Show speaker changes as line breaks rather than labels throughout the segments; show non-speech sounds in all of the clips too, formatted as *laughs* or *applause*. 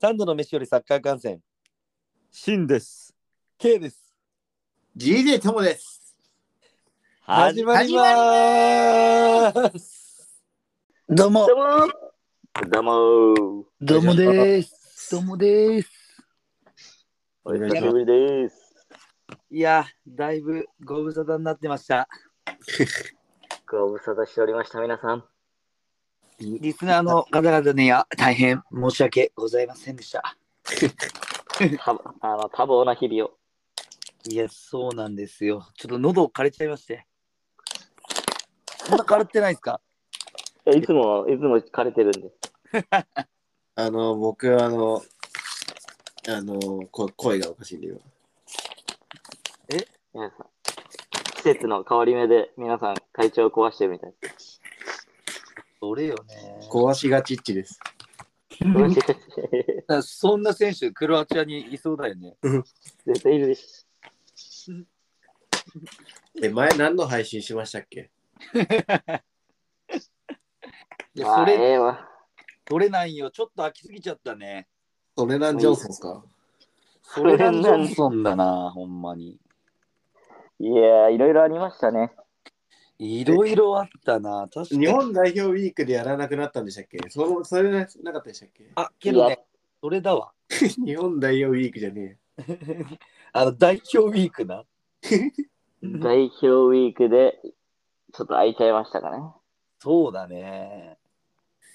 三度の飯よりサッカー観戦
シンです。
K です。
GJ ともです。
始まりまーす。
どうも、
どうも
どうもです。どうもです。
お久しぶりです。
いや、だいぶご無沙汰になってました。
ご無沙汰しておりました、皆さん。
リスナーの方々には大変申し訳ございませんでした。
たあの多忙な日々を。
いや、そうなんですよ。ちょっと喉枯れちゃいまして。まだ枯れてないですか
えいつも、いつも枯れてるんで。
あの、僕はあの、あの、こ声がおかしいんで今。
皆さん。季節の変わり目で皆さん体調を壊してるみたいで
それよね。
壊しがちっちです。
す。
そんな選手、クロアチアにいそうだよね。
*laughs* 絶対いるでし
え、前何の配信しましたっけ
い
ょ。
や、
あ
そ
あえ
れ、
えわ。
取れないよ。ちょっと飽きすぎちゃったね。
トレナン・ジョンソンですか
それがジョンソンだな、ほんまに。
*laughs* いやー、いろいろありましたね。
いろいろあったな、確かに。
日本代表ウィークでやらなくなったんでしたっけそのそれななかったでしたっけ
あ、けどね、それだわ。
日本代表ウィークじゃね
あの、代表ウィークな。
代表ウィークで、ちょっと空いちゃいましたかね。
そうだね。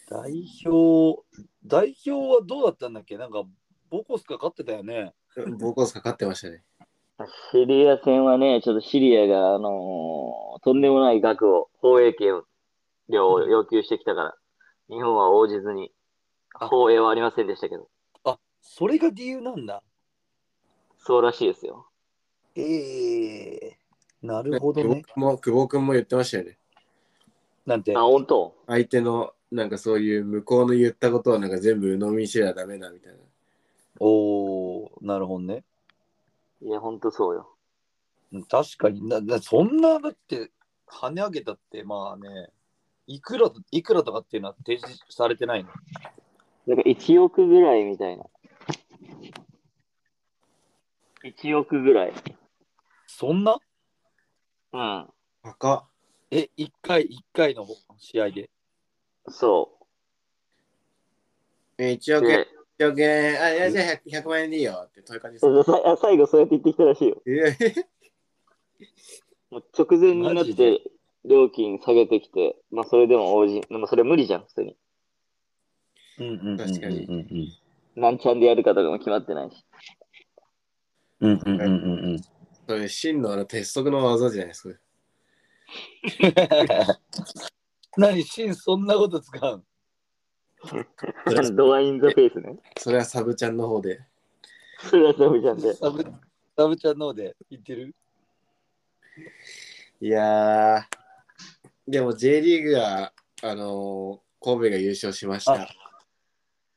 代表、代表はどうだったんだっけなんか、ボコスが勝ってたよね。
え。ボコスかかってましたね。
シリア戦はね、ちょっとシリアが、あのーとんでもない額を、放映権料を要求してきたから、日本は応じずに、
あ
放映はありませんでしたけど、
あ、それが理由なんだ。
そうらしいですよ。
ええなるほどね。
久保も久保君も言ってましたよね。
なんて
あ、。本当
相手のなんかそういう向こうの言ったことはなんか全部鵜呑みにしてはダメだみたいな。
おおなるほどね。
いや、本当そうよ。
確かにな、なそんな、だって、跳ね上げたって、まあね、いくら、いくらとかっていうのは提示されてないの。
なんか1億ぐらいみたいな。1億ぐらい。
そんな
うん、
高っ
え、1回、1回の試合で。
そ
え、
う。
1億円、
で、
1億円、あ、いやじゃあ 100, 100万円でいいよって、そういう感じです
そうそうさ最後そうやって言ってきたらしい
*laughs*
よ。
え
もう直前になっ
マジで
て、料金下げてきて、まあそれでも応じ、でもそれ無理じゃん、普通に。
確かに
に。
なんちゃんでやるかとかも決まってないし。
うんうんうんうんうん。
それ真のあの鉄則の技じゃないですか。
*laughs* 何、シン、そんなこと使うん
それ
ドアインザフェイスね。
それはサブちゃんの方で。
それはダメじゃんで。
サブ、サブちゃんの方で言ってる
いやー、でも J リーグが、あのー神戸が優勝しました。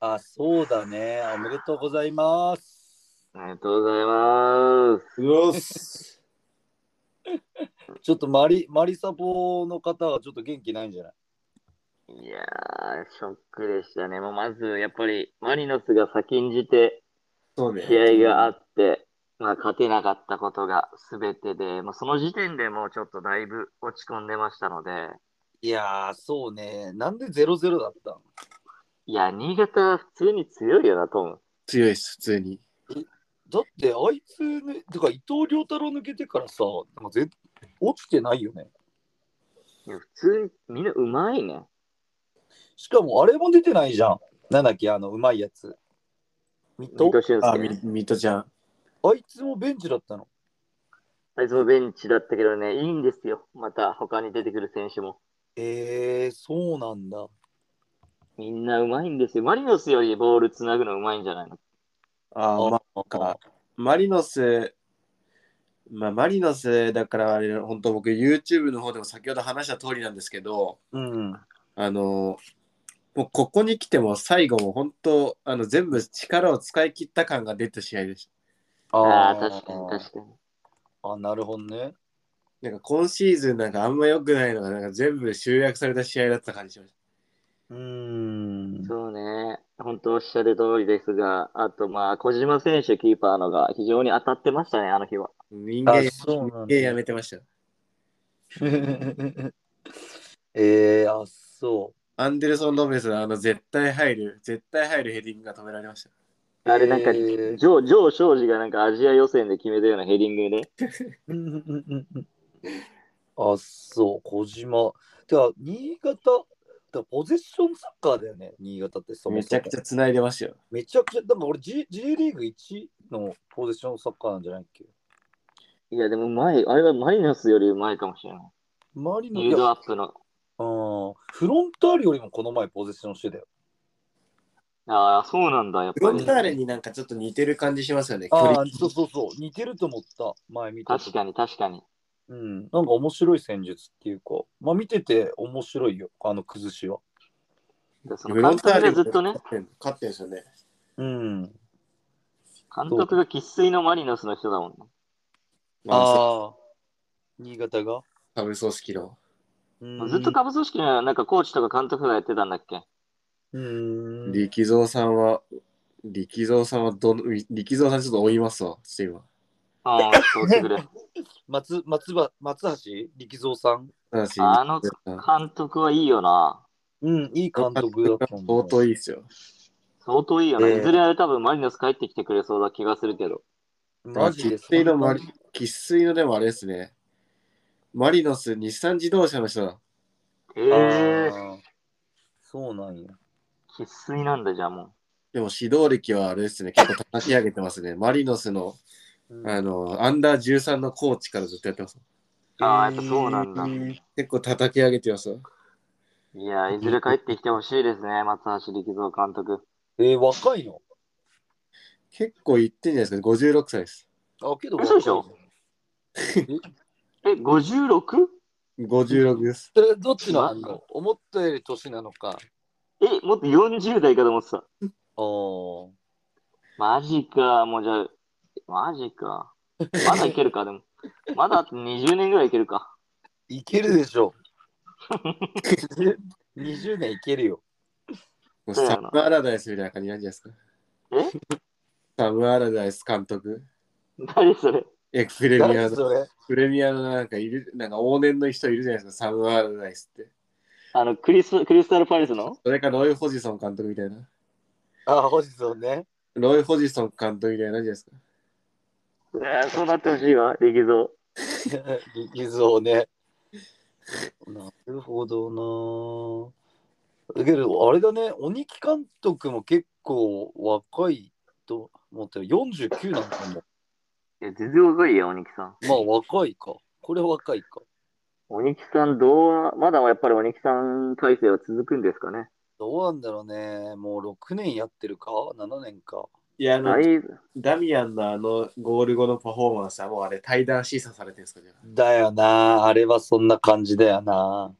あ、そうだね。おめでとうございます。
ありがとうございます。
うおっす。
ちょっとマリ、マリサポの方はちょっと元気ないんじゃない
いやー、ショックでしたね。もうまず、やっぱり、マリノスが先んじて
そうね。
試合があって、まあ、勝てなかったことが全てで、まあ、その時点でもうちょっとだいぶ落ち込んでましたので、
いやー、そうね。なんで0-0だったの
いや、新潟は普通に強いよな、トム。
強いです、普通に。
だって、あいつ、ね、てか伊藤良太郎抜けてからさ、なんかぜ落ちてないよね。
いや、普通にみんなうまいね。
しかも、あれも出てないじゃん。なんだっけ、あの、うまいやつ。ミッド
伊藤俊
あ、
介
み
ね。
ミトちゃん。
あいつもベンチだったの。
あいつもベンチだったけどね、いいんですよ。また他に出てくる選手も。
ええそうなんだ。
みんなうまいんですよ。マリノスよりボールつなぐのうまいんじゃないの
あー、ま
あ
かマリノス、まあ、マリノスだからあれ、本当僕 YouTube の方でも先ほど話した通りなんですけど、
うん。
あのーもうここに来ても最後も本当あの全部力を使い切った感が出た試合でした。
ああー、確かに確かに。
あ、なるほどね。
なんか今シーズンなんかあんま良くないのがなんか全部集約された試合だった感じしまし
うーん。
そうね。本当おっしゃる通りですが、あとまあ、小島選手、キーパーのが非常に当たってましたね、あの日は。
た。人間
あそうなんだ
人間やめてました。
*laughs* えー、あ、そ
アンデルソン・ロペスのあの絶対入る、絶対入るヘディングが止められました。
あれなんか、
へー
ジョー、ジョー・ショージがなんかアジア予選で決めたようなヘディングね。
う。あ、そう。小島。てか、新潟、てかポゼッションサッカーだよね、新潟ってそも
め
そ
ち
も
ゃくちゃ繋いでましたよ。
めちゃくちゃ、でも俺 G, G リーグ1のポゼッションサッカーなんじゃないっけ
いや、でも前、あれはマリノスよりうまいかもしれない。
マリノ
ビルドアップの。
うんフロンターレよりもこの前ポゼッションしてたよ。
ああ、そうなんだ、やっ
フ
ぱ
ロン
り
タ。ーレになんかちょっと似てる感じしますよね、距
あ
離
あ、。そうそうそう。似てると思った。前見た時
確かに、確かに。
うん。なんか面白い戦術っていうか、まあ見てて面白いよ、あの崩しは。
その監督がずっとね
勝、ってん勝ってんですよね。
うん。
監督が生粋のマリノスの人だもんね。
ああ、
ああ。新潟が。
サブ組織の。
うん
ずっと株組織のなんかコーチとか監督がやってたんだっけ
うん。
力蔵さんは、力蔵さんはどの、力蔵さんちょっと追いますわ、ちょっと
ああ、そうしてく
*laughs*
れ。
松松葉松橋力蔵さん。
今。た
あの
監
監督はいいよな。
うん、いい監督だったんだ
相当いいっすよ。
相当いいよな。
ええ
いずれあれ多分マリノス帰ってきてくれそうな気がするけど。
マジで
生粋の
そんな
マリ、生粋のでもあれですね。マリノス、日産自動車の人だ。
え
あ
え
ーそうなんや。
生粋なんだじゃあもう。
でも指導歴はあれですね、結構叩き上げてますね。マリノスの、
うん
あの、アンダー13のコーチからずっとやってます。
ああ、やっぱそうなんだ。
結構叩き上げてますよ。
いや、いずれ帰ってきてほしいで
*laughs*
すね、松橋力蔵監督。
えー、若いの
結構言ってんじゃないですか、56歳です。
あ、けど若
嘘
い
でしょえ、56?
56です。
それどっちの反応思ったより年なのか。
え、もっと40代かと思ってた。
あー
マジか、もうじゃあ、マジか。まだいけるか、でも。まだあと20年ぐらいいけるか。
いけるでし *laughs* ょ。20年いけるよ。
もう
そうや
サ
な
ム・アラダイスみたいな感じなんじゃないですか。
え
*laughs* サム・アラダイス監督。
誰それ
え、プレミア
誰
の、
それ
プレミアのなんかいる、なんか往年の人いるじゃないですか、サム・アラダイスって。
あの、クリス、クリスタルパレスの
それかロイ・ホジソン監督みたいな。
あ、本日のね。 *laughs*
ロイ・ホジソン監督みたいな感じゃないですか。
うわそうなってほしいわ、力蔵。
力蔵ね。なるほどな。だけど、あれだね、鬼木監督も結構若いと思ったよ。49なんかも。
いや、全然若いよ、鬼木さん。
まあ、若いか。これ若いか。
鬼木さん、どう、まだやっぱり鬼木さん体制は続くんですかね。
どうなんだろうね。もう6年やってるか ?7 年か。
いや、あの
だ、い
ダミアンのあのゴール後のパフォーマンスはもうあれ、対談審査されてるんですかじゃあ
だよな。あれはそんな感じだよな。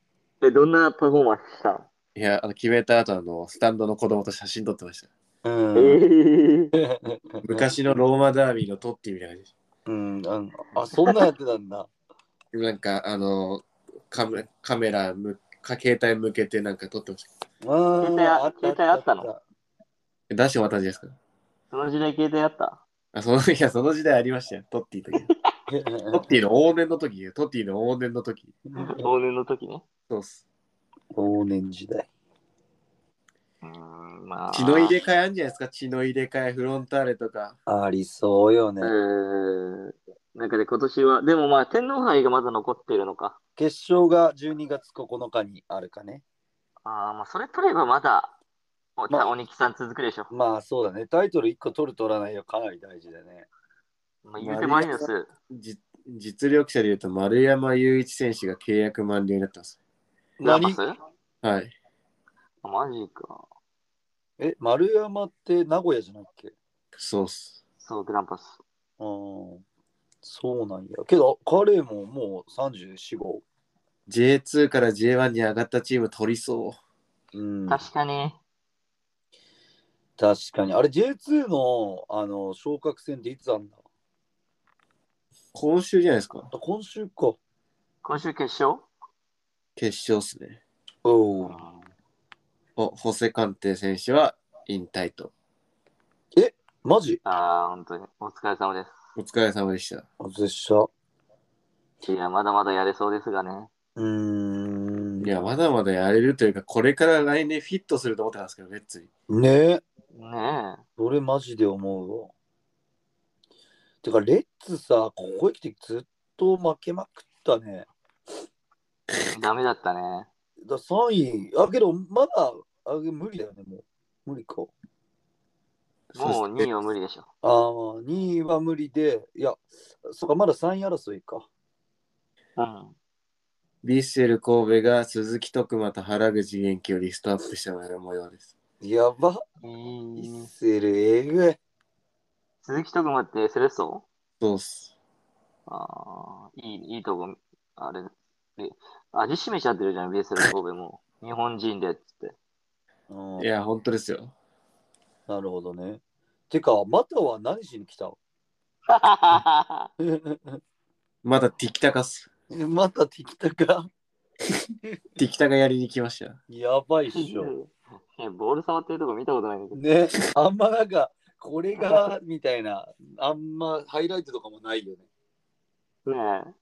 え、どんなパフォーマンスしたの
いや、あの決めた後あの、スタンドの子供と写真撮ってました。
うん。
ええ
昔のローマダービーのトッティみたいな感じです
うん、うんあ、そんなんやってたんだ。
でもなんか、あの、カメカメラむか、携帯向けてなんか撮ってました。
うん
*laughs* 携帯あ携帯あったの
出してもらったんじゃないですか
その時代携帯あった
あその *laughs* いやその時代ありましたよ、トッティの
*laughs*
時。トッ
*laughs*
ティの往年の時トッティの往年の時。
往年の時ね。
そうっす。
往年時代。
うーん、まあ。
血の入れ替えあるんじゃないですか血の入れ替え、フロンターレとか。
ありそうよね。
えーなんかで今年は、でもまあ天皇杯がまだ残ってるのか。
決勝が12月9日にあるかね。
ああ、まあそれ取ればまだ、お
まあ
鬼木さん続くでしょ。
まあそうだね。タイトル1個取る取らないはかなり大事だね。
まあ、言うてマリノス。
じ実力者で言うと、丸山雄一選手が契約満了になったんです。
ナパ
何
スあ
はい。
マジか。
え、丸山って名古屋じゃなっけ
そうっす。
そう、グランパス。
うんそうなんや。けど、彼ももう34号。
J2 から J1 に上がったチーム取りそう。
うん、確
確かに。
かに。あれ、J2 のあの昇格戦っていつあんだ
今週じゃないですか
あ今週か。
今週決勝
決勝っすね。
おお。
お、補正鑑定選手は引退と。
マジ
ああ、本当に。お疲れ様で
お疲れ様でした。
あずっしゃ。う
す。いや、まだまだやれそうですがね。
ーん。
いや、まだまだやれるというか、これから来年フィットすると思ってたんですけど、レッツに。
ねえ。
ね
それマジで思うわ。てか、レッツさ、ここへ来てずっと負けまくったね。
え。ダメだったね。
だ3位。あ、けど、まだ、あ無理だよね、もう。無理か。
もう
そして
2位は無理でしょ。
ああ、2位は無理で、いや、そっか、まだ3位争いか。
うん。
ビッセル神戸が鈴木徳馬と原口元気をリストアップした模様です。
やば、
え
イッ
ー、
セル、えぐい。
鈴木徳馬ってセレッソ
そうっす。
ああ、いい、いいとこ、あれ、で味しめちゃってるじゃん、BSL 神戸も。日本人でっつって。
うん
いや、本当ですよ。
なるほどね。てか、または何しに来た *laughs*
まだティキタカっす。
またティキタカ
ティキタカやりに来ました。
やばいっしょ。
ねボール触ってるとこ見たことないんだけど。
ね、あんまなんか、これが、みたいな、あんまハイライトとかもないよね。
ね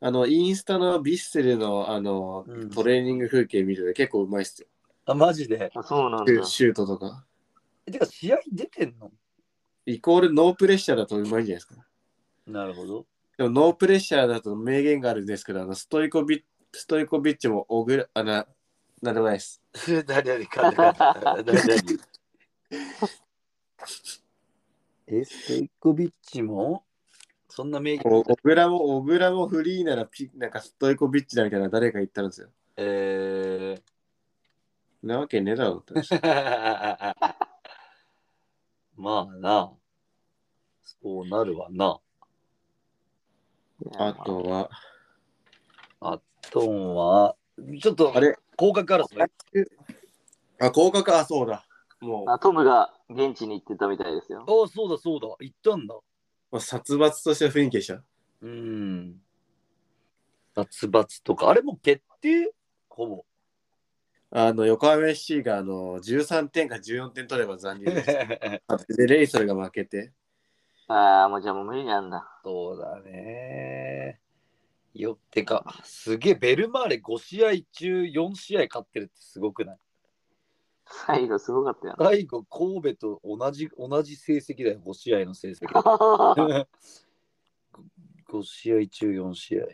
あの、インスタのビッセルのあの、
うん
トレーニング風景見ると結構うまいっすよ。
あ、マジで。
えあそうなんだ。
シュートとか。
てか、試合出てんの
イコールノープレッシャーだとうまいんじゃないですか。
なるほど。
でもノープレッシャーだと名言があるんですけど、あのストイコビッストイコビッチもおぐら、あな、なんでもないです。
*laughs* 誰々か、誰 *laughs* 々。え、ストイコビッチもそんな名
お
言、
小倉も、小倉もフリーならピ、なんかストイコビッチだみたいな誰か言ったんですよ。
え
なわけねえだろって。
ー、 *laughs* まあな、そうなるわな。
あとは、
トーンは、ちょっと、
あれ
広角争い。
あ、広角、あ、そうだ。もう、ま
あトムが現地に行ってたみたいですよ。
ああ、そうだそうだ、行ったんだ。
あ殺伐とした雰囲気でした。
うん。殺伐とか、あれもう決定ほ *laughs* ぼ。
あの、横浜 FC が、あの、13点か14点取れば残留です。で、レイソルが負けて。
ああ、もうじゃあもう無理なんだ。
そうだね。よってか、すげえ、ベルマーレ5試合中4試合勝ってるってすごくない
最後すごかったよな。
最後、神戸と同じ同じ成績だよ、5試合の成績。5試合中4試合。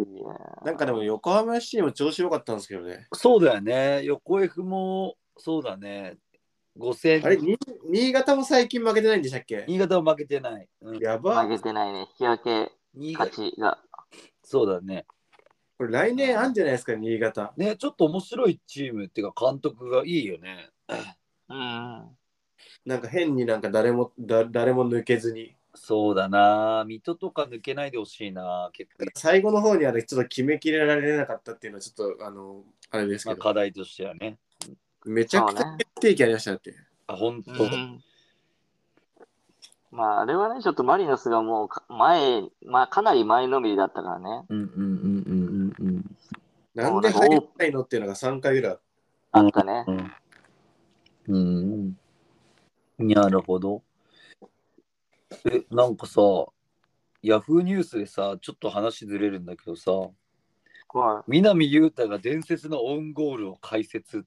いや
なんかでも、横浜 FC も調子良かったんですけどね。
そうだよね。横 F も、そうだね。5戦
あれ、に新潟も最近負けてないんでしたっけ
新潟は負けてない。うん、
やば
ー負けてないね。引き分け、
新潟
勝ちが。
そうだね。
これ来年あんじゃないですか、新潟。
ね、ちょっと面白いチームっていうか、監督がいいよね。
うん。
なんか変になんか誰も、だ誰も抜けずに。
そうだな。水戸とか抜けないでほしいな。結構、
最後の方にはね、ちょっと決めきれられなかったっていうのはちょっと、あの、あれです
ま
け
あ、
ど、
課題としてはね。
めちゃくち
そう
ゃ
ね
決定機ありましただって。
あ、本当、
うんまあ、あれはね、ちょっとマリノスがもうか前、まあ、かなり前のめりだったからね。
うんうんうんうんうんうん。
なんで入りたいのっていうのが3回ぐらいあっ
あったね。
うん。なるほど。え、なんかさ、ヤフーニュースでさ、ちょっと話ずれるんだけどさ、
は
南雄太が伝説のオウンゴールを解説っ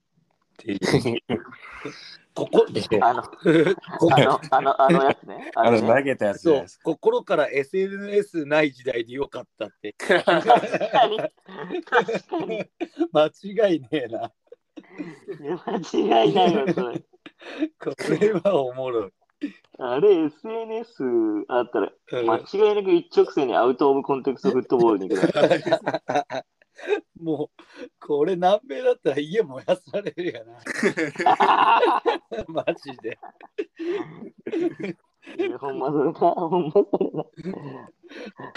ていう。
*laughs*
ここ、
て
*laughs*
い。あの、あの、あの、あのやつね。あのね。
げたや
そう、心から SNS ない時代でよかったって。
*laughs*
確かに。確かに。
間違いねえな。
間違いないわ、それ。
これはおもろい。
あれ、SNS あったら、
うん
間違いなく一直線にアウト・オブ・コンテクスト・フットボールに行く
*laughs*
な
もう、これ南米だったら家燃やされるやな。 *laughs* マジで。
いやほんまそれな、ほんまそれな。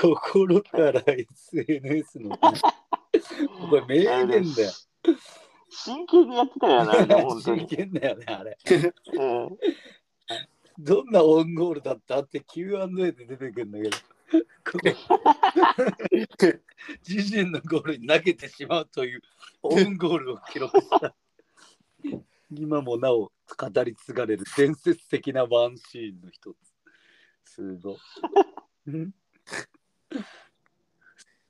心から SNS
*laughs*
の。これ名言だよ。
真剣にやってたよな、あれ本
*laughs*
当
真
に。
剣だよね、あれ。
うん
どんなオウンゴールだったって Q&A で出てくるんだけど。こ自陣のゴールに投げてしまうというオウンゴールを記録した。今もなお語り継がれる伝説的なワンシーンの一つ。すごい。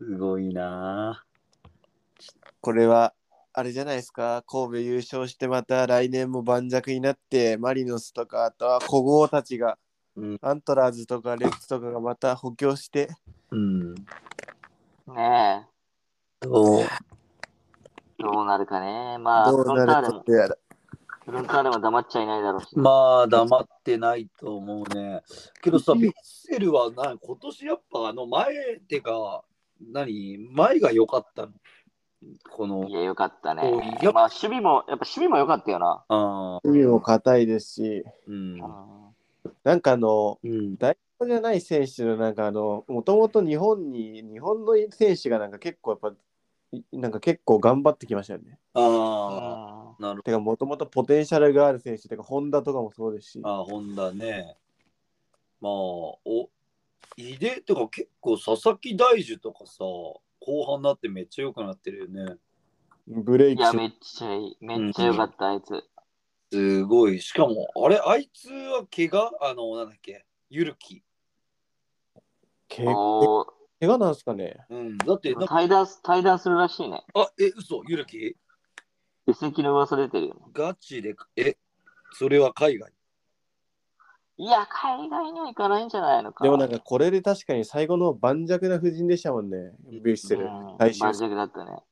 すごいな
これはあれじゃないですか神戸優勝してまた来年も盤石になってマリノスとかあとは古豪たちが、
うん
アントラーズとかレッツとかがまた補強して
うん。
ね
どう
え、どうなるかね。まあ、
ど
フ
う
ロン
な
ター
る
レ
かっ
も、
てやら
フロンターレも黙っちゃいないだろうし。
まあ黙ってないと思うね。けどさ、ヴィッセルはな今年やっぱあの前てか、何前が良かったのこの
い、や、よかったね
おい。や
まあ、守備も、やっぱ守備もよかったよな。
あー
意味も硬いですし
うん
なんかあの
うん
代表じゃない選手のなんかあのもともと日本に日本の選手がなんか結構やっぱいなんか結構頑張ってきましたよね。
あ
う
あ、なる
てかもともとポテンシャルがある選手てかホンダとかもそうですし
ほど。あー、本田ね。まあ、お、井出とか結構佐々木大樹とかさ、後半になってめっちゃ良くなってるよね。
ブレ
ん
イ
い
ク
や、
し
めっちゃいい。めっちゃよかった、あいつ。
すごい。しかも、あれ、あいつは怪我あの、なんだっけ、ゆるき。
け
おー
怪我なんですかね
うん、だって、なんか
対談す、対談するらしいね。
あ、え、嘘、ゆるき
移籍の噂出てるよね。
ガチで、え、それは海外。
いや、海外には行かないんじゃないのか。
でもなんかこれで確かに最後の盤石な布陣でしたもんね、ビュッセル。
うん、
最終
盤石だったね。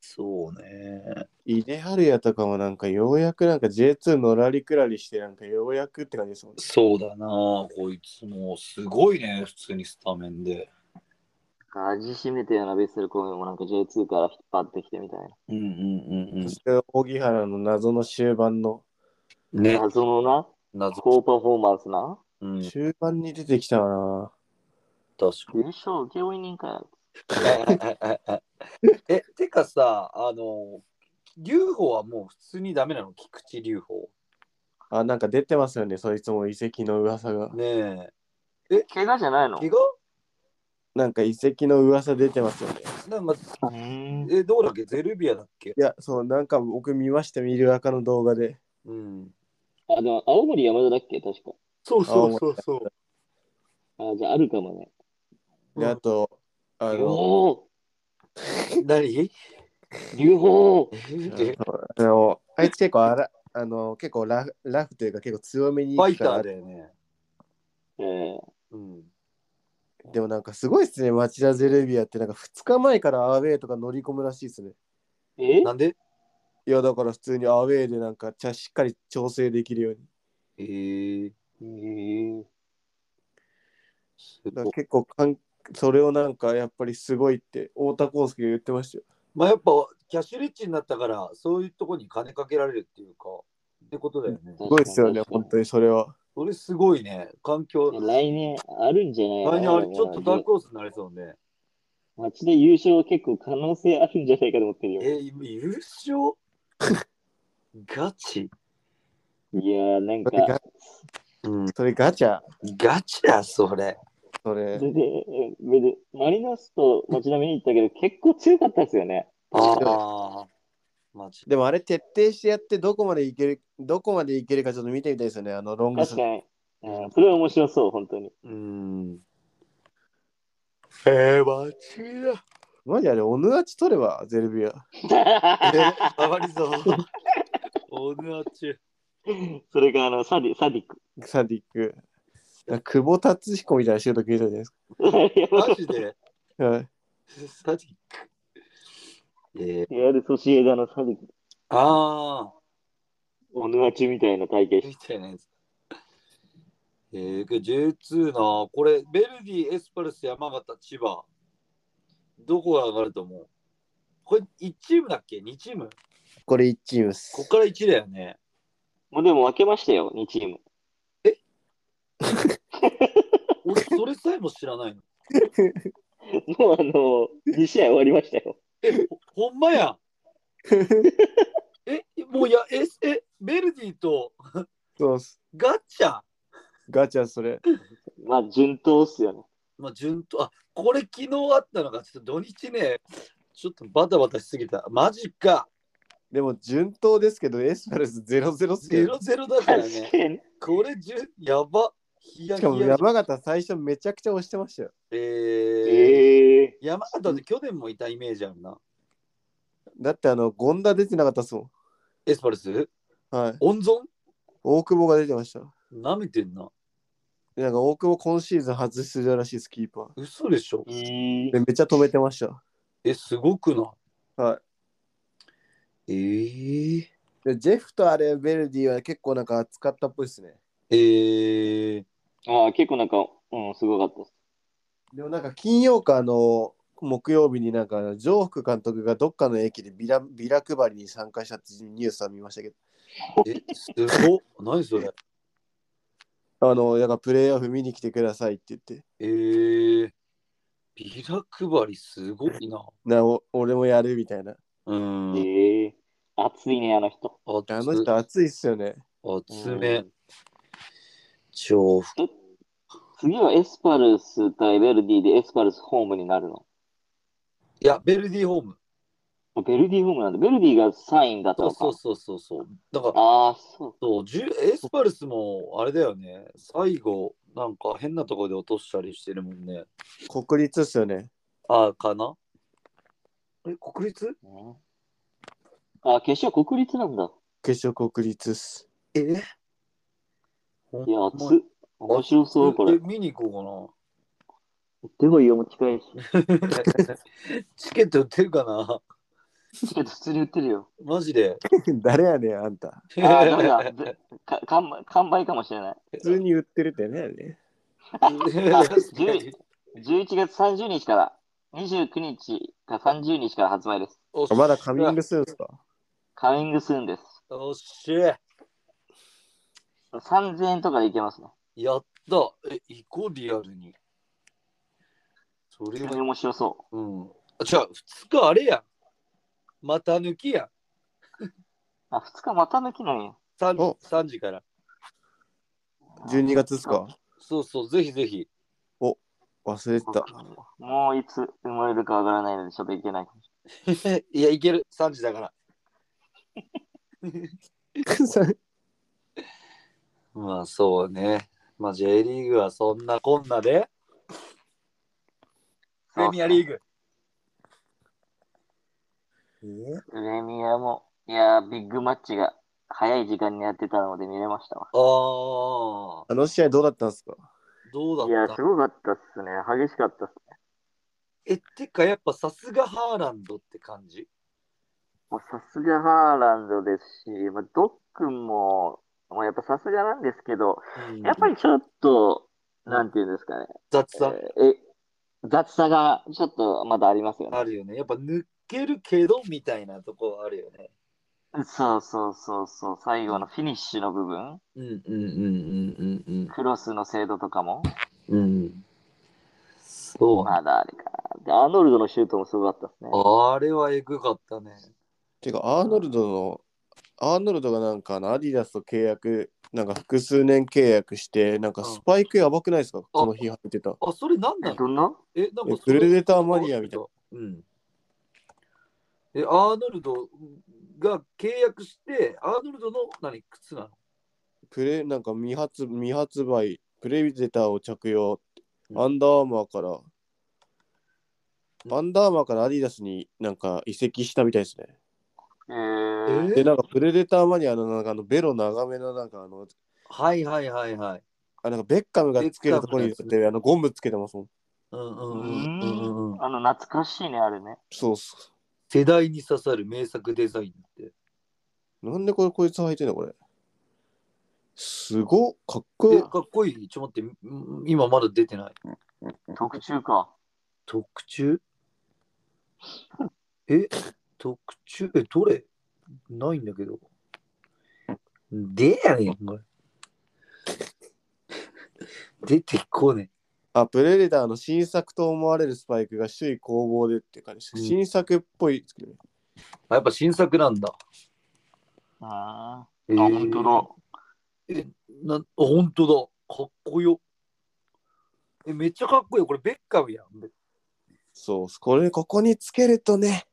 そうね。
井出春也とかもなんかようやくなんか J2 のらりくらりしてなんかようやくって感じですもんね。
そうだな、こいつもすごいね、普通にスタメンで。
味しめたようなベッセル神戸もなんか J2 から引っ張ってきてみたいな。
うんうんうん
そして荻原の謎の終盤の、
うん。ね、
謎のな、
謎。
高パフォーマンスな。
うん、
終盤に出てきたな。
確
優勝請負人かよ。
かに。 *laughs* え、てかさ、あの、劉邦はもう普通にダメなの、菊池劉邦。
あ、なんか出てますよね、そいつも遺跡の噂が。
ね
怪我じゃないの
え。怪
なんか遺跡の噂出てますよね。
我なんか、
うん。
え、どうだっけゼルビアだっけ
いや、そう、なんか僕見ました、見る赤の動画で。
うん。
あ、でも青森山田だっけ確か。
そう
そうそう
そう。
あ、じゃああるかもね。
で、あと、あの、
おお
何
流砲
フ
あのあいつ結構あら、あの、結構ラフラフというか結構強めに行
ァ
く
イタ
から
ーだよね。
えー、
うん。
でもなんかすごいですね、町田ゼルビアってなんか2日前からアウェーとか乗り込むらしいですね。
え
なんで
いやだから普通にアウェーでなんかちゃしっかり調整できるように。
えー、
えー、
す
だか
ご
ら
い。
結構かんそれをなんかやっぱりすごいって太田康介が言ってましたよ。
まあやっぱキャッシュリッチになったから、そういうとこに金かけられるっていうか、ってことだよね。
すごいですよね、
確かに
本当にそれは。
それすごいね。環境、
確かに来年あるんじゃない
来年あれちょっとダー
だ
クホースになりそうね。
街で優勝結構可能性あるんじゃないかと思ってるよ。
え、優勝 *laughs* ガチ
いやー、なん
それが、
か
それガチャ
ガチだ、それ。
それ
そ。れで、えでマリノスと街並みに行ったけど、結構強かったですよね。
ああ。マジ
でもあれ徹底してやってどこまでいけるどこまでいけるかちょっと見てみたいですよね、あのロング
確
ス
か。に。うん、それは面白そう、本当に。
うん。えー、マジだ。
マジあれ、オヌアチ取ればゼルビア。
あまりぞ。オーナー中。
それが、あの、サディ、サディック。
サディック。なんか久保達彦みたいなシュート決めたじゃないです
*laughs*
マジで
か。はい
サディック。えー、
リアルソシエダのサディック。
ああ、
オヌアチみたいな体型
み
して。
たいなやつ。えー、けど J2 な、これ、ベルディ、エスパルス、山形、千葉。どこが上がると思うこれ、1チームだっけ ?2 チーム
これ1チームです。
こっから1だよね。
もうでも分けましたよ、2チーム。
俺、それさえも知らないの。
もうあの、2試合終わりましたよ。
え、ほほんま *laughs* やん。え、もうや、え、え、ベルディと
そうっす
ガッチャ
ガチャそれ。
まあ、順当っすよね。
まあ、順当、あ、これ昨日あったのが、ちょっと土日ね、ちょっとバタバタしすぎた。マジか。
でも順当ですけど、エスパルス0-0っす
ゼ
よ
ロゼロだから
*laughs*
ね。
に。
これじゅ、やば。ひや
し
ひ
かも
や。
山形最初めちゃくちゃ押してましたよ。
えー、
ええ
山形で去年もいたイメージあるな。
だってあの、権田出てなかったっすも
エスパルス
ん。はい。
温存
大久保が出てました。
なめてんな。
でなんか大久保今シーズン初出場らしいです、キーパ
嘘でしょ
う。ー
ー。で、めっちゃ止めてました。
え、すごくな。
はい
えー、
い。で、ジェフとあれ、ベルディは結構なんか扱ったっぽいですね。
えー、
ん。ああ、結構なんか、うん、すごかったっす。
でもなんか金曜かあの木曜日になんかあの上福監督がどっかの駅でビラビラ配りに参加したっていうニュースは見ましたけど、
え、すごっ。 *laughs* 何それ。
あの、なんかプレーオフ見に来てくださいって言って、
えー、ビラ配りすごいな。
なお俺もやるみたいな。
うん。
ええ熱いね、あの人。
熱
あの人熱いっすよね。
熱め。超ふ
次はエスパルス対ベルディでエスパルスホームになるの。
いや、ベルディホーム。
あベルディホームなんだ。ベルディが3位だった
そう
のか。
そうそうそうそう。だから、
ああ、そう。
そうジュエスパルスもあれだよね。最後、なんか変なところで落としたりしてるもんね。
国立っすよね。
ああ、かなえ、国立
ねあ、決勝国立なんだ。
決勝国立っす。 *laughs*
え
いや、熱っ。面白そう、これ。
え
行
見に行こ
ってこいよ、もう近いし。
うかな。チケット売ってるかな *laughs*
チケ *laughs* ット普通に売ってるよ。
マジで。
誰やねん、あんた。
ああ、ダメ
*laughs*
だ。でか完売完売かもしれない。
普通に売ってるってねやね。
10 11月30日から29日か30日から発売です。
おっし
あまだカミングするんすか
カミングスーンです。
おっしゃ。
3000円とかでいけますね。
やった。え、行こう、リアルに。それ
非
は
常に面白そ
うん。あじゃあ、2日あれやん。股抜きやん。
う。あ、2日また抜きなんや。
3,
お
3時から。
?12 月っすか
そうそう、ぜひぜひ。
忘れてた。
もういつ生まれるかわからないのでちょっといけない。
*laughs* いや、いける。3時だから。まあ、そうね。まあ、J リーグはそんなこんなで、プレミアリーグ。
プレミアも、いやー、ビッグマッチが早い時間にやってたので見れましたわ。
ああ、
あの試合どうだったんすか
ど
いう
だ
や
っ
ー、
た
すごかったっすね。激しかったっす。
え、てか、やっぱさすがハーランドって感じ
もうさすがハーランドですし、まあ、ドックンも、もうやっぱさすがなんですけど、やっぱりちょっと、なんていうんですかね。
雑さ
えーえ雑さがちょっとまだありますよね。
あるよね。やっぱ抜けるけどみたいなとこあるよね。
そうそうそうそう、最後のフィニッシュの部分、
うんうんうんうんうん
クロスの精度とかも、
うん。うん。そうね。
まだあれか。で、アーノルドのシュートもすごかったですね。
あれはエグかったね。
てか、アーノルドの、アーノルドがなんかあのアディダスと契約、なんか複数年契約して、なんかスパイクやばくないですか、この日入ってた。
あ、それなんな
え、
の
どんな
え、なんか
えプレデターマニアみたい
な。うん。え、アーノルドが契約して、アーノルドの何靴なの
プレなんか未発未発売、プレデターを着用、
うん
アンダーアーマーから、アンダーアーマーからアディダスになんか移籍したみたいですね。
え
えー、
で、なんかプレデターマニアのなんかあのベロ長めのなんかあの、
はいはいはいはい。
あなんかベッカムがつけるところに
ベッカムの
ってあのゴムつけてますもん。
うんう
うん
うんうんうん。
ん、あの、懐かしいね、あれね。
そうっす。
世代に刺さる名作デザインって。
なんでこれこいつ履いてんのこれ。すごっかっこ
え、
よ
かっこいい。ちょっと待って、ん今まだ出てない。
特注か。
特注え、特注え、どれないんだけど。でやねん、これ。 *laughs* 出てこね
あ、プレデターの新作と思われるスパイクが首位攻防でって感じ。
うん
新作っぽいですけどね。
あ、やっぱ新作なんだ。
うん。あ、
え
本当
だ。え、な、あ、本当だ。かっこよ。え、めっちゃかっこいいよ。これベッカムやん。
そう、これ、ここにつけるとね、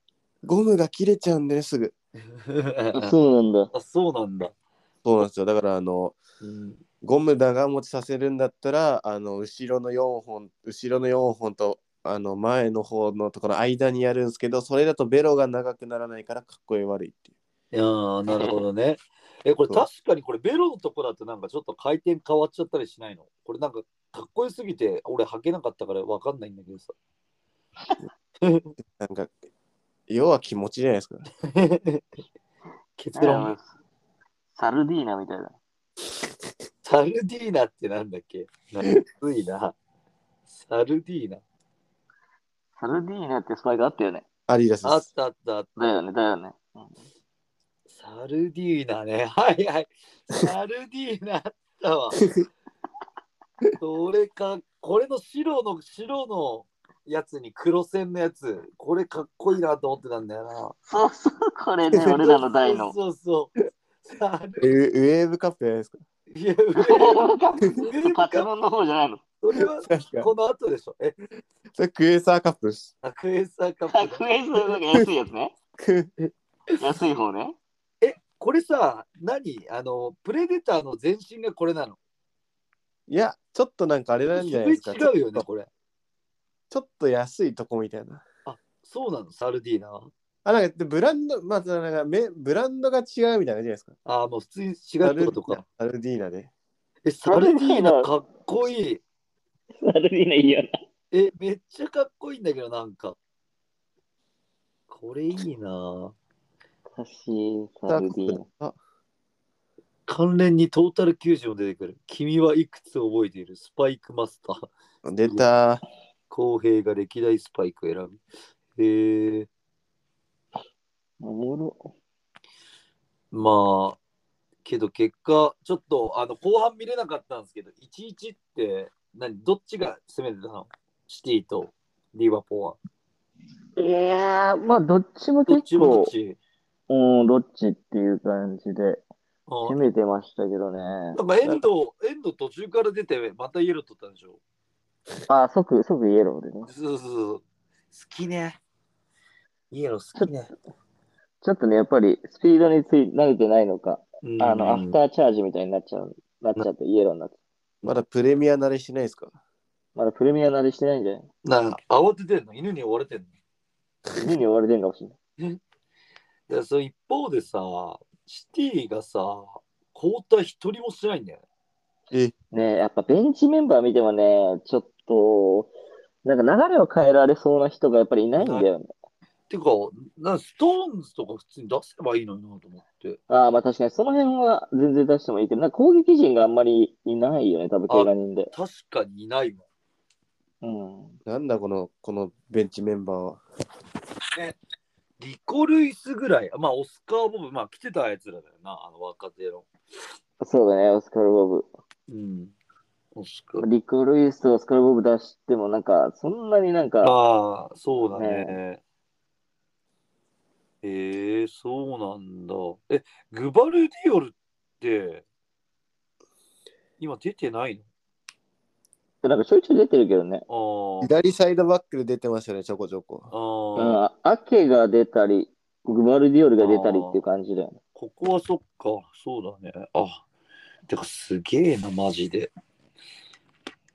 ゴムが切れちゃうんで、ね、すぐ。
そうなんだ。
*laughs* あ、そうなんだ。
そうなんですよ。だから、あの、
うん、
ゴムだが持ちさせるんだったら、あの、後ろの4本、後ろの4本と、あの、前の方のところ間にやるんですけど、それだとベロが長くならないから、かっこいい悪いっていう。
いやーなるほど
*laughs*
ね。え、これ
そう
確かにこれベロのとこだってなんかちょっと回転変わっちゃったりしないのこれなんかかっこよすぎて俺履けなかったからわかんないんだけ
*laughs*
どさ。
なんか、要は気持ちじゃないですか。
結論。
サルディーナみたいな。
サルディーナってなんだっ
*laughs*
けなんかついな。サルディーナ。
サルディーナってスパイクあったよね。
アディダス
あ
で
っ
す。
たあったあっ
だ
た。
よね、だよね。うん
サルディーナね。 *laughs* はいはい。サルディーナあった
*laughs*
わ。それか、これの白の白のやつに黒線のやつ。これかっこいいなと思ってたんだよな。
そうそう、これね、俺らの代の。
そうそうそう。さあ、
*laughs*
ウウェーブカップじゃないですか。
いや、
パチモンの方じゃないの。
それは
確か。
この後でしょ。え、
それクエーサーカップです。
アクエンサーカップ
100円の安いやつね。
ク
安い方ね。
え、これさ、何あの、プレデターの全身がこれなの。
*laughs* いや、ちょっとなんかあれなんじゃないですか。
種類違うよね、これ。
ちょっと安いとこみたいな。
そうなの、サルディーナは。
あ、なんかでブランド、まずなんかめブランドが違うみたいな感じじゃないですか。
ああ、もう普通に違う
サ
って
ル
ことか。
サルディーナで。
え、サルディーナかっこいい。
サルディーナいいよな。
え、めっちゃかっこいいんだけど、なんか。これいいな
私、サルディーナ。
あ
関連にトータル90も出てくる。君はいくつ覚えているスパイクマスター。
出た。
公平が歴代スパイクを選ぶ。へえ
おもろ。
まあ、けど結果、ちょっとあの後半見れなかったんですけど、1-1って何、どっちが攻めてたのシティとリバポーは。
いやー、まあ、どっちも
どっち
結
もどっ
構、
ち。
うん、どっちっていう感じで、
あ
攻
あ
めてましたけどね。
なんか遠藤、遠藤途中から出て、またイエロー取ったんでしょ。
あ、即、即イエローでね。
そうそうそう。好きね。イエロー好
好
きね。
ちょっとね、やっぱり、スピードについ慣れてないのか、あの、アフターチャージみたいになっちゃう、なっちゃって、イエローになって。
まだプレミア慣れしてないですか
まだプレミア慣れしてないんじ *laughs* ゃない
なあ慌ててんの犬に追われてんの
犬に追われてるかもしれな
だ
い。
からその一方でさ、シティがさ、交代一人もしてないんだよね。
ねえ、やっぱベンチメンバー見てもね、ちょっと、なんか流れを変えられそうな人がやっぱりいないんだよね。
てか、なストーンズとか普通に出せばいいのになと思って。
ああ、まあ確かにその辺は全然出してもいいけど、なんか攻撃陣があんまりいないよね、多分怪我人で。
確かにいないも
うん。
なんだこの、このベンチメンバーは。
ん。リコ・ルイスぐらい、まあ、オスカー・ボブ、まあ、来てたやつらだよな、あの若手の。
そうだね、オスカル・ボブ。
うん。オスカー。
リコ・ルイスとオスカル・ボブ出しても、なんか、そんなになんか、
ああ、そうだね。ええそうなんだ。え、グバルディオルって、今出てない
なんかちょいちょい出てるけどね。
のあ
左サイドバックで出てましたね、ちょこちょ
あ。
こ。
う
ああ。
ん、アケが出たり、グバルディオルが出たりっていう感じだよね。
ここはそっか、そうだね。あ、てかすげえな、マジで。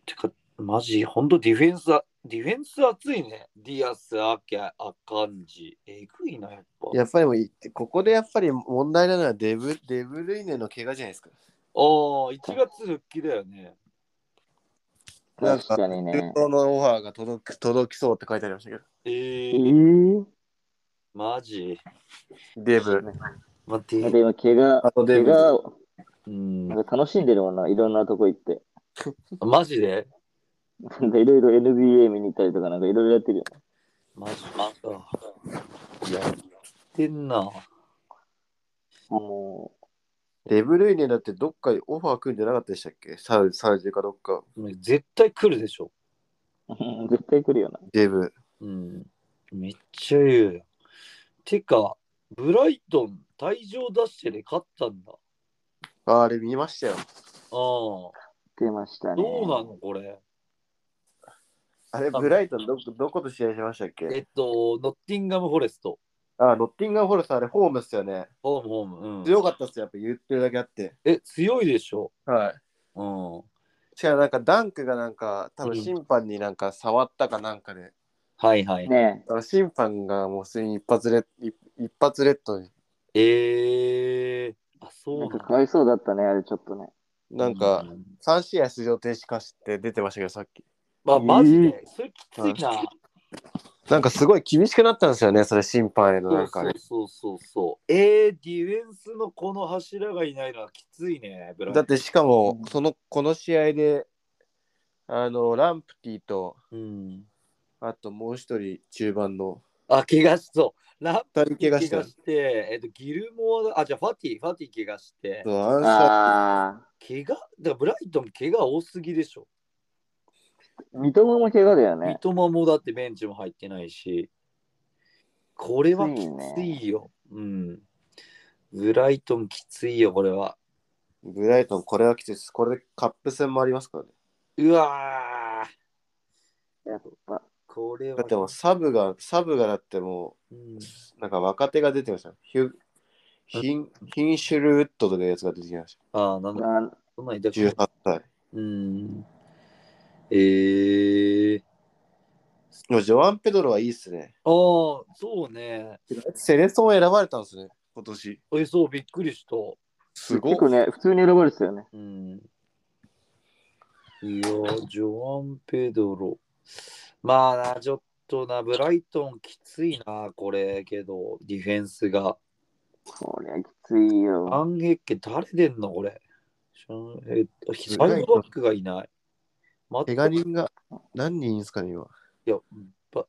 てか、マジ、ほんとディフェンスは、ディフェンス熱いね。ディアス、アキャ、アカンジ。えぐいな、やっぱ。
やっぱりもういい、ここでやっぱり問題なのはデブ、デブルイネの怪我じゃないですか。
ああ、1月復帰だよね。
なんか
確かにね。
そのオファーが届く、届きそうって書いてありましたけど。
ええ
えー、
マジ。
デブ。
待
だ
っ
って
て。
今、怪
あ
我、
とデ
怪
ブ。
我を、
うん。
なんか楽しんでるもんな、いろんなとこ行って。
マジで
なんかいろいろ NBA 見に行ったりとか、なんかいろいろやってるよ。
マジか。やってんな。
も
デブルイネだってどっかにオファー来るんじゃなかったでしたっけサウサウジかどっか。
絶対来るでしょ。
う、 *laughs* 絶対来るよな。
デブ。
うん。めっちゃ言うよ。てか、ブライトン、退場出してで勝ったんだ。あ
ああれ見ましたよ。
あ、ど
出ました
う
ね。
なのこれ。
あれ、ブライトンどこ、どこと試合しましたっ
え
け
っと、ノッティンガム・フォレスト。
あ、ノッティンガンフォレスト、あれ、ホームっすよね。
ホーム、ホーム。うん、
強かったっすよ、やっぱ言ってるだけあって。
え、強いでしょ。
はい。
うん。
しかもなんかダンクがなんか多
う
分
ん
審判になんか触ったかなんかで、
はいはい。
ね
あの審判がもうすでに一発レッ一一発レッドに
えー、あ、
え。
そう
なん
な
か
ん
かわいそうだったね、あれちょっとね。
なんか
う
3試合出場停止かして出てましたけどさっき
まあ、マジで、それきついな。
なんかすごい厳しくなったんですよねそれ審判への
そ
な
うん
か
そ
ね
うそうそうそう。えー、ディフェンスのこの柱がいないのはきついね、ブライ
だ
トン
ってしかもそのこの試合であのランプティと
うん。
あともう一人中盤の
あ、怪我しそう。ラッ
二人怪我
プ
した
怪我して、えっと、ギルモアだ、あ、じゃあファティ、ファティ怪我して、
そうアンサ
ああ。
怪我、だからブライトン怪我多すぎでしょ。
三笘も怪我だよね
三。笘もだってベンチも入ってないし、これはきついよ。うん。ブライトンきついよ、これは。
ーブライトンこれはきついですこれでカップ戦もありますからね
うわー
やっぱ。
これは。
だってもうサブがサブがだってもう
うん
なんか若手が出てましたよ。ヒュヒンヒンシュルウッドとかいうやつが出てきまし
ああ、なんだ、
あ
そんなんいた
た。18歳。
うん。ええ
でもジョアン・ペドロはいいっすね。
ああ、そうね。
セレソン選ばれたんですね、今年。
え、そう、びっくりした。
すご
結構
い。
ね、普通に選ばれてたよね。
うん。いやー、ジョアン・ペドロ。まあな、ちょっとな、ブライトンきついな、これ、けど、ディフェンスが。
こりゃきついよ。
アンヘッケ、誰出んの、これ。シャンえっと、サイドバックがいない。ま
怪我人が何人いるんですかね、今。
いや、ば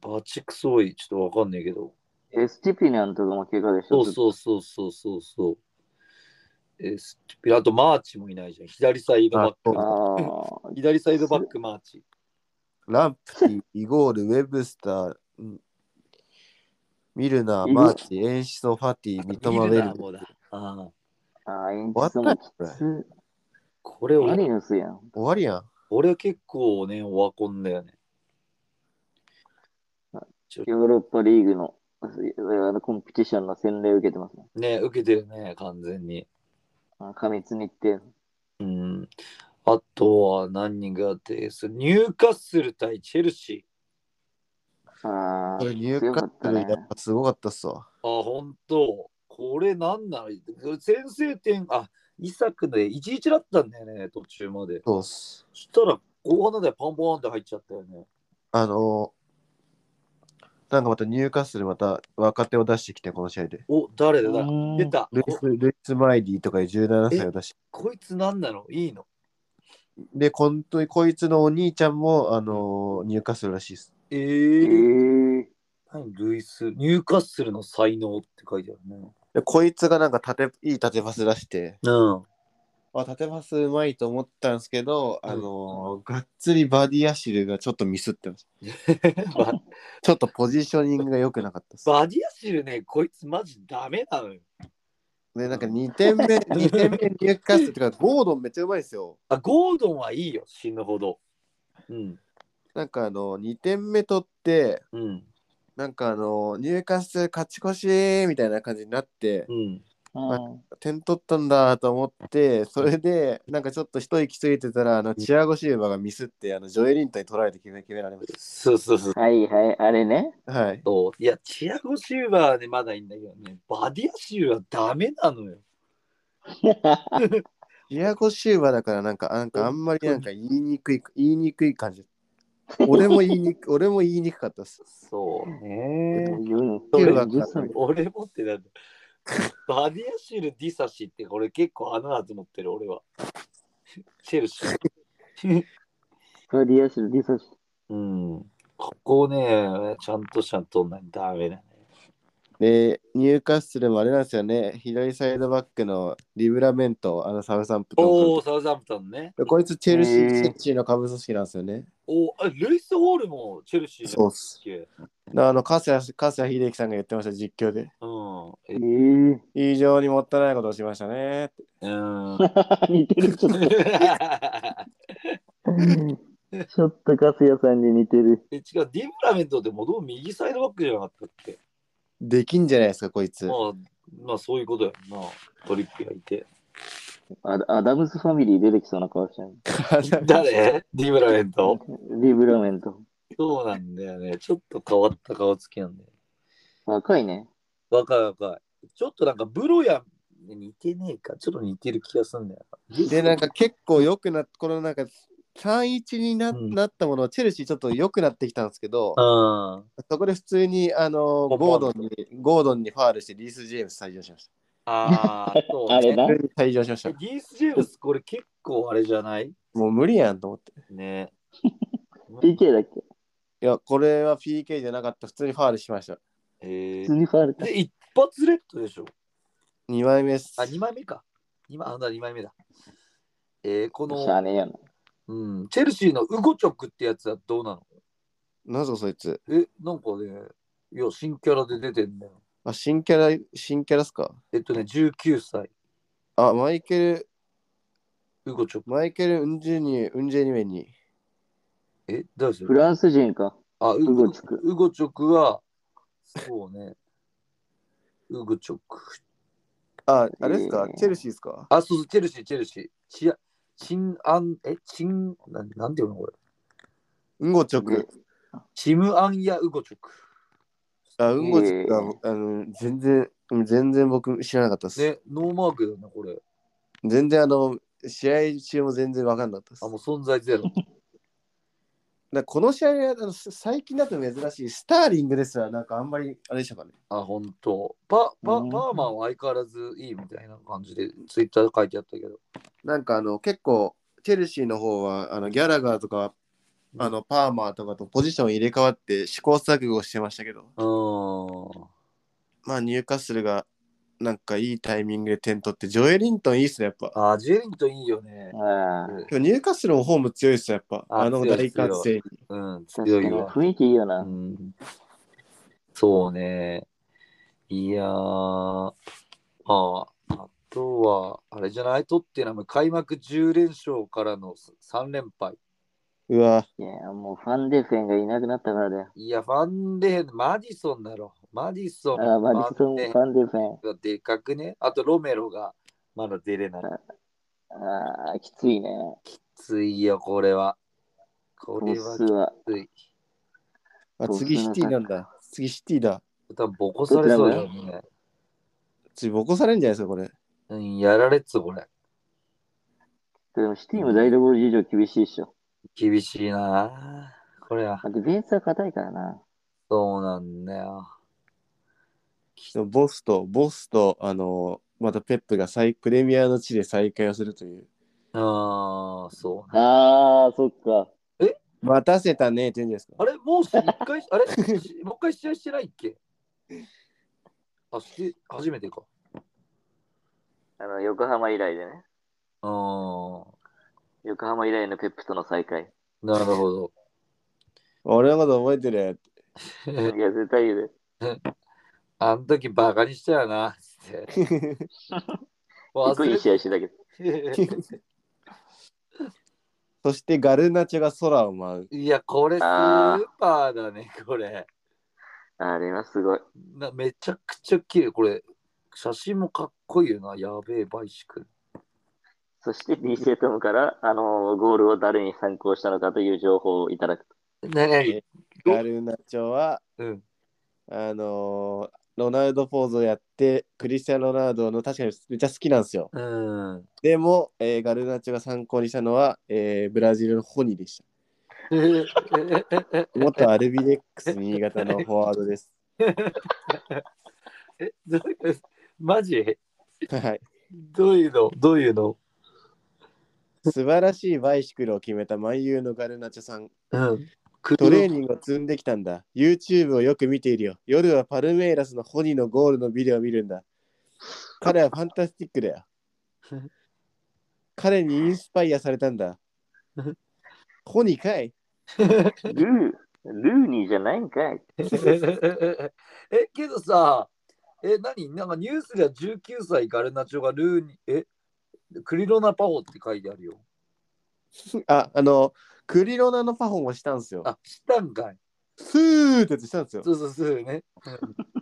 バチクソい、ちょっとわかんないけど。
エスティピニャンとかも怪我でし
そ
ょ。
うそうそうそうそうそう。えスティピあとマーチもいないじゃん。左サイドバッ
あ
ク。
ああ。
左サイドバックマーチ。
ランプティ、イゴール、ウェブスター、んミルナー、
イゴ
マーチ、エンシソ、ファティ、三笘、
見る
ベ
な
ル
もうだ。ああ。
ああ、演
終わった
出もき
終
つ。
これ
マリ
俺、
ノスやん。
わりやん。
俺結構ね、オワコンだよね。ちょ
ヨーロッパリーグのあのコンペティションの洗礼を受けてますね。
ね、受けてるね、完全に。
あ過密に行って。
うん。あとは何がですニューカッスル対チェルシ
ああ
これ、入
強
荷
かったね
やっぱすごかったっすわ。
ー。あ、本当これなんなの先制点、あ、イサクで1-1だったんだよね、途中まで。
そうっす。
そしたら、後半でパンパンって入っちゃったよね。
あのーなんかまた入荷するまた若手を出してきて、この試合で。
お、誰だ、誰だ
出
出。た
ルイ
こ
ス・ルイスマイディとかいう17歳を出して
こいつ何なのいいの
で、本当にこいつのお兄ちゃんも、あのー入荷するらしいです。
え
ええ
ー、何ルイス、ニューカッスルの才能って書いてあるね。
でこいつがなんか縦いい縦パス出して、
うん。
あ縦パスうまいと思ったんですけど、あのーがっつりバディアシルがちょっとミスってました。
*laughs* バ
ちょっとポジショニングが良くなかったです。
バディアシルね、こいつマジダメなのよ。
で、なんか2点目、2点目入荷するってか、ゴードンめっちゃうまいですよ。
あ、ゴードンはいいよ、死ぬほど。うん。
なんかあの2点目取って、
うん。
なんかあの入荷する勝ち越しみたいな感じになって、
うん。
うん
点取ったんだと思ってそれでなんかちょっと一息ついてたらあのチアゴシルバがミスってあのジョエリンタに取られて決め決められまし
そうそうそう。
はいはい、あれね。
たはい
そういや、チアゴシューバーはね、まだいいんだけどね、バディアシルはダメなのよ。
チアゴシルバだからなんかなんかあんまりなんか言いにくい言いにくい感じ俺も言いにく俺も言いにくかったです
そうね。
それは
40歳
俺もってなんだ。バディアシル・ディサシってこれ結構穴だと思ってる俺は。チェルシー。
*laughs*
バディアシル、ディサシ。
うん。ここをね、ちゃんとしゃんとんないとダメだね。
*laughs* で入荷するもあれなんですよね左サイドバックのリブラメントあのサウサンプトン
おー、
か
サウザンプトンね。
らこいつチェルシー
へー
チェルシーの下部組織なんですよね
おーあルイス・ホールもチェルシー
そうっす
じゃん
あの加瀬加瀬秀樹さんが言ってました実況で
う
え
ん。え
え。
非常にもったいないことをしましたねって
うん。
似てる、ちょっと。ちょっとカスヤさんに似てる。
*laughs* え、違う、ディブラメントってもともと右サイドバックじゃなかったっけ
できんじゃないですか、こいつ *laughs*
ま。あ、まあそういうことやんな。トリッピーがいて。
アダアダムスファミリー出てきそうな顔してる。
誰ディブラメント。
リブラメント。
そうなんだよね。ちょっと変わった顔つきなんだよ。
若いね。
若い若い。ちょっとなんかブロヤに似てねえか。ちょっと似てる気がすんだよな。
で、なんか結構良くなっこのなんか3-1にな,、
うん
なったものは、チェルシーちょっと良くなってきたんですけど、
あ
そこで普通に、あの、
ポ
ゴ
ンポ
ー
ン
ドンに、ゴードンにファールして、リース・ジェームス退場しました。
あー、そう、ね。
あれな
普通に退場しまし
え
た。
リース・ジェームス、これ結構あれじゃない
もう無理やんと思って。
ね。
PK だっけ
いや、これは PK じゃなかった。普通にファールしました。
えー
普通にファールか。
で、一発レッドでしょ。
2枚目です。
あ、2枚目か。2枚あな二枚目だ。えー、こ
しゃ
の、
あねえやな。
うん、チェルシーのウゴチョクってやつはどうなの
なぜそいつ。
え、なんかね、いや、新キャラで出てんだよ。
あ、新キャラ、新キャラっすか
えっとね、19歳、
あ、マイケル、
ウゴチョク。
マイケル・ウンジェニウンジェニメに。
え、誰です
フランス人か。
あ、ウ
ウ
ゴ
ゴ
チョ
チョ
ク
ク。
ウゴチョクは、そうね。ウゴチョク。
あ、あれですか、
えー
チェルシーですか
あ、そうそう、チェルシー、チェルシー。チア、チンアン、え、チン、なんなんていうのこれ。
ウンゴチョク。
チムアンヤウゴチョク。
あ、ウンゴチョクは、
えー
あの、全然、全然僕知らなかったです。
ね、ノーマークだよね、これ。
全然あの、試合中も全然わかんなかったです。
あ、もう存在ゼロ。
なんかこの試合はあのす最近だと珍しい、スターリングですら、なんかあんまり、あれでしたかね。
あ、本当。パ、パ、パ
うん
ーマンは相変わらずいいみたいな感じで、ツイッターで書いてあったけど。
なんかあの、結構、チェルシーの方は、あの、ギャラガーとか、あの、パーマーとかとポジション入れ替わって試行錯誤してましたけど、
うーん。
まあ、ニューカッスルが、なんかいいタイミングで点取って、ジョエリントンいいっすね、やっぱ。
あ、ジェリントンいいよね。
ああ。
今日ニューカッスルもホーム強いっすよ、やっぱ。
あ
あの
強い
大歓声に。
うん、
確
強
か
い
に
わ。
雰囲気いいよ
う
な。
ん。そうね。いやー。ああ。あとは、あれじゃないトッテナム開幕10連勝からの3連敗。
うわ、
いや、もうファンデーフェンがいなくなったからだよ。
いや、ファンデー、マディソンだろ。マディソン、
ああ、マディソ
ファン
ン、
デー
ファンデーフェン。
がでかくね。あと、ロメロがまだ出れない。
ああ、きついね。
ついよ、これは。こ
ボ
れは
スは。
きつい。
あ
そう
次シティなんだ。次シティだ。
多分ボコされそうだよね。
次、ボコされるんじゃないですか、これ。
うん、やられっつ、これ。
でもシティも台所事情厳しいっしょ。
厳しいなこれは。
まあディフェンスは硬いからな。
そうなんだよ。
でもボスと、ボスと、あのまたペップが再プレミアの地で再会をするという。
ああ、そうね。
ああ、そっか。
待たせたねって言うんじゃないですか。
あれもうし一回、あれしもう一回試合してないっけあ、して、初めてか。
あの、横浜以来でね。
ああ、
横浜以来のペップとの再会。
なるほど。
俺のこと覚えてるって
いや、絶対言う
あん時バカにしたよな、つって。
で。結構
忘
いい
れ
試合してたけど。
て。
そしてガルナチョが空を舞う。
いや、これスーパーだね、これ。
あれはすごい。
なめちゃくちゃ綺麗これ写真もかっこいいよなやべえバイシクル
そして DJ トムから、あのゴールを誰に参考したのかという情報をいただく。
ねね
ガルナチョは、
うん
あのーロナウドポーズをやって、クリスティアーノ・ロナウドの確かにめっちゃ好きなんですよ。
うん
でも、えーガルナチョが参考にしたのは、えーブラジルのホニーで *laughs* した。元アルビレックス新潟のフォワードです。 *laughs*
えどういうマジ
はい。
どういうのどういうの
*laughs* 素晴らしいバイシクルを決めた万有のガルナチョさん。
うんク
トレーニングを積んできたんだ。YouTube をよく見ているよ。夜はパルメイラスのホニーのゴールのビデオを見るんだ。彼はファンタスティックだよ。彼にインスパイアされたんだ。ホニーかい
ルー、ルーニーじゃないんかい。
*laughs* えけどさえ何なんかニュースでは19歳ガルナチョがルーにえクリロナパホって書いてあるよ
あ、あの、クリロナのパフォーマンスしたんですよ。
あ、したんかい。
スーってやつしたんですよ。
そうそうそうね。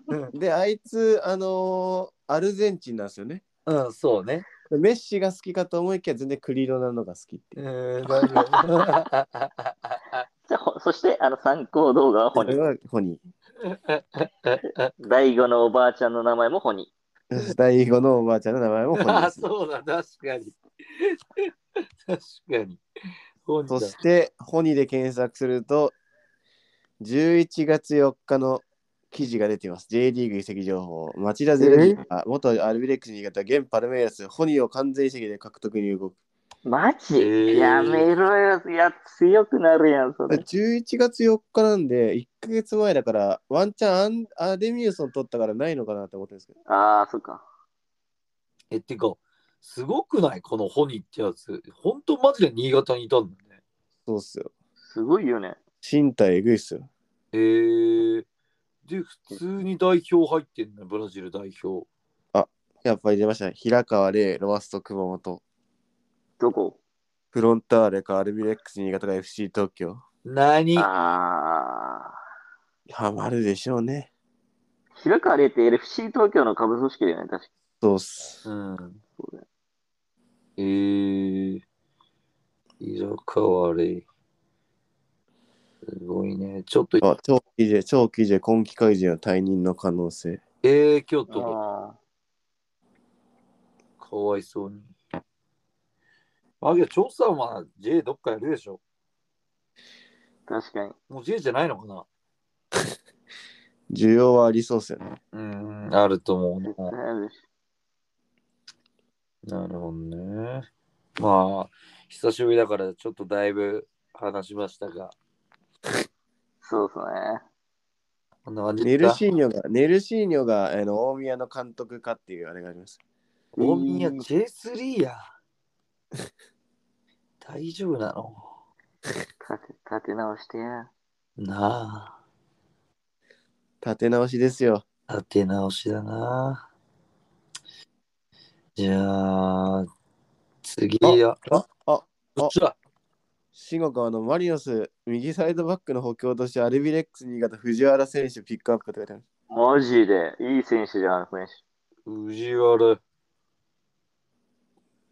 うん
で、あいつ、あのーアルゼンチンなんですよね。
うん、そうね。
メッシが好きかと思いきや全然クリロナのが好きって
う
いう。
ーん、大丈
じゃあほそして、あの、参考動画はホ
こ
ニ
れ
ー。
はホニ
第五のおばあちゃんの名前もホニ
ー。 *laughs* 第五のおばあちゃんの名前もホニ
夫。 *laughs* あ、
ー。
そうだ、確かに。確かに。本
そ
だ
して、ホニーで検索すると、11月4日の記事が出てます。J リーグ移籍情報。町田ゼルビア、元アルビレックス新潟、現パルメイラス、ホニーを完全移籍で獲得に動く。
ー。マジ、
えー
やめろよ。いや、強くなるやん、それ。
11月4日なんで、1ヶ月前だから、ワンチャンアンアデミウソン取ったからないのかなって思ってるんですけど。
ああ、そっか。
え、ってか、すごくないこのホニーってやつ。本当マジで新潟にいたんだね。
そうっすよ。
すごいよね。
身体えぐいっすよ。
えー、で、普通に代表入ってんの、ブラジル代表。
やっぱり出ましたね。平川玲、ロワスト熊本。
どこ
フロンターレかアルビレックス新潟か FC 東京。
何
ああ。
ハマるでしょうね。
白川麗って LFC 東京の下部組織だよね、確か。
そうっす。
うん。
そうだよ
えー、色変わり。すごいね。ちょっと、
あ長期で、長期で今季会人は退任の可能性。
えー、京都が
あ
かわいそうに。あ、いや、調査は J どっかやるでしょ。
ー確かに。
もう J じゃないのかな
需要はありそうっすよね。
うん、あると思う
絶対
な。
あるし
なるほどね。まあ、久しぶりだから、ちょっとだいぶ話しましたが、
そうですね。
こんな感じ
ネ
で
ル
すか。
シーニョが、ネルシーニョが、あの、大宮の監督かっていうあれがあります。
大宮 J3 や。 *laughs* 大丈夫なの
立て立て直してや。
な
立て直しですよ。
あ、立て直しだな。じゃあ、次は、あ、
あ、
こっちだ。
慎吾君、あの、マリノス、右サイドバックの補強としてアルビレックス新潟、藤原選手ピックアップって書いてある。
マジで、いい選手じゃん、選
藤原。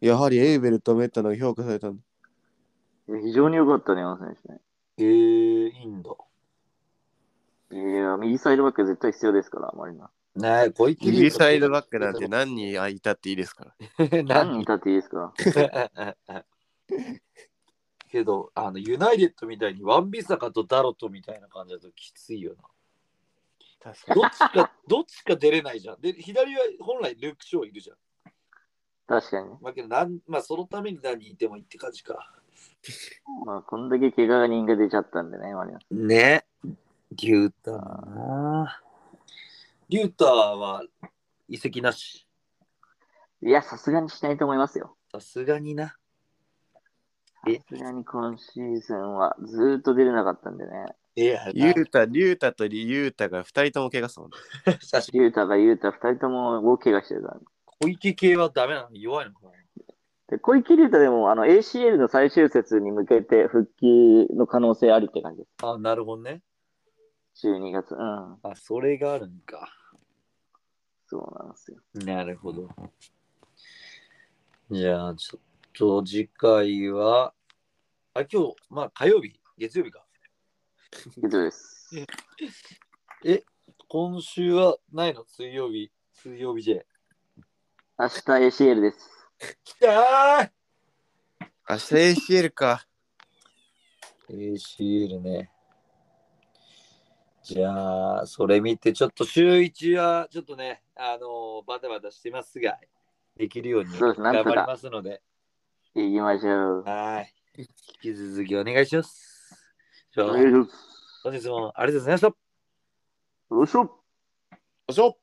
やはりエーベルとメッタのが評価されたんだ。
手。非常に良かったね、あの選手ね。
えー、いいんだ。
いや、右サイドバック絶対必要ですから、マリナ。
ねえ、小池龍太 *laughs*
バック何人いたっていいですから。
何
何人いたっていいですか
けどあのユナイテッドみたいにワンビサカとダロトみたいな感じだときついよ
確
な。どっちかどっちか出れないじゃん。で左は本来ルーク・ショーいるじゃん。
確かにね。
まあ、けどなんまあそのために何いてもいいって感じか。
まあ、こんだけ怪我人が出ちゃったんでね、マリナ。
ね。リューターな。リューターは移籍なし。
いや、さすがにしないと思いますよ。
さすがにな。
さすがに今シーズンはずーっと出れなかったんでね。
いや、
ユータ、リュータとリユータが2人とも怪我するもんね。
確かに
ユータがユータ、二人とも大怪我してるからね。
小池系はダメなの弱いのかな。
で小池龍太でもあの ACL の最終節に向けて復帰の可能性ありって感じで
あ、なるほどね。
す。12月。うん。
あ、それがあるんか。
そうなんですよ。
なるほど。じゃあ、ちょっと次回は、あ、今日、まあ火曜日、月曜日か。
以上です。
今週はないの水曜日、水曜日 J。
明日 ACL です。
きたー
明日 ACL か。
!ACL ね。じゃあ、それ見て、ちょっと週1は、ちょっとね、あのーバタバタしてますが、できるように
そうですなん
頑
とか
張りますので、
行きましょう。
はい。引き続きお願いします。じゃあ、
お願いします
本日もありがとうございました。
よいしょ。
おしょ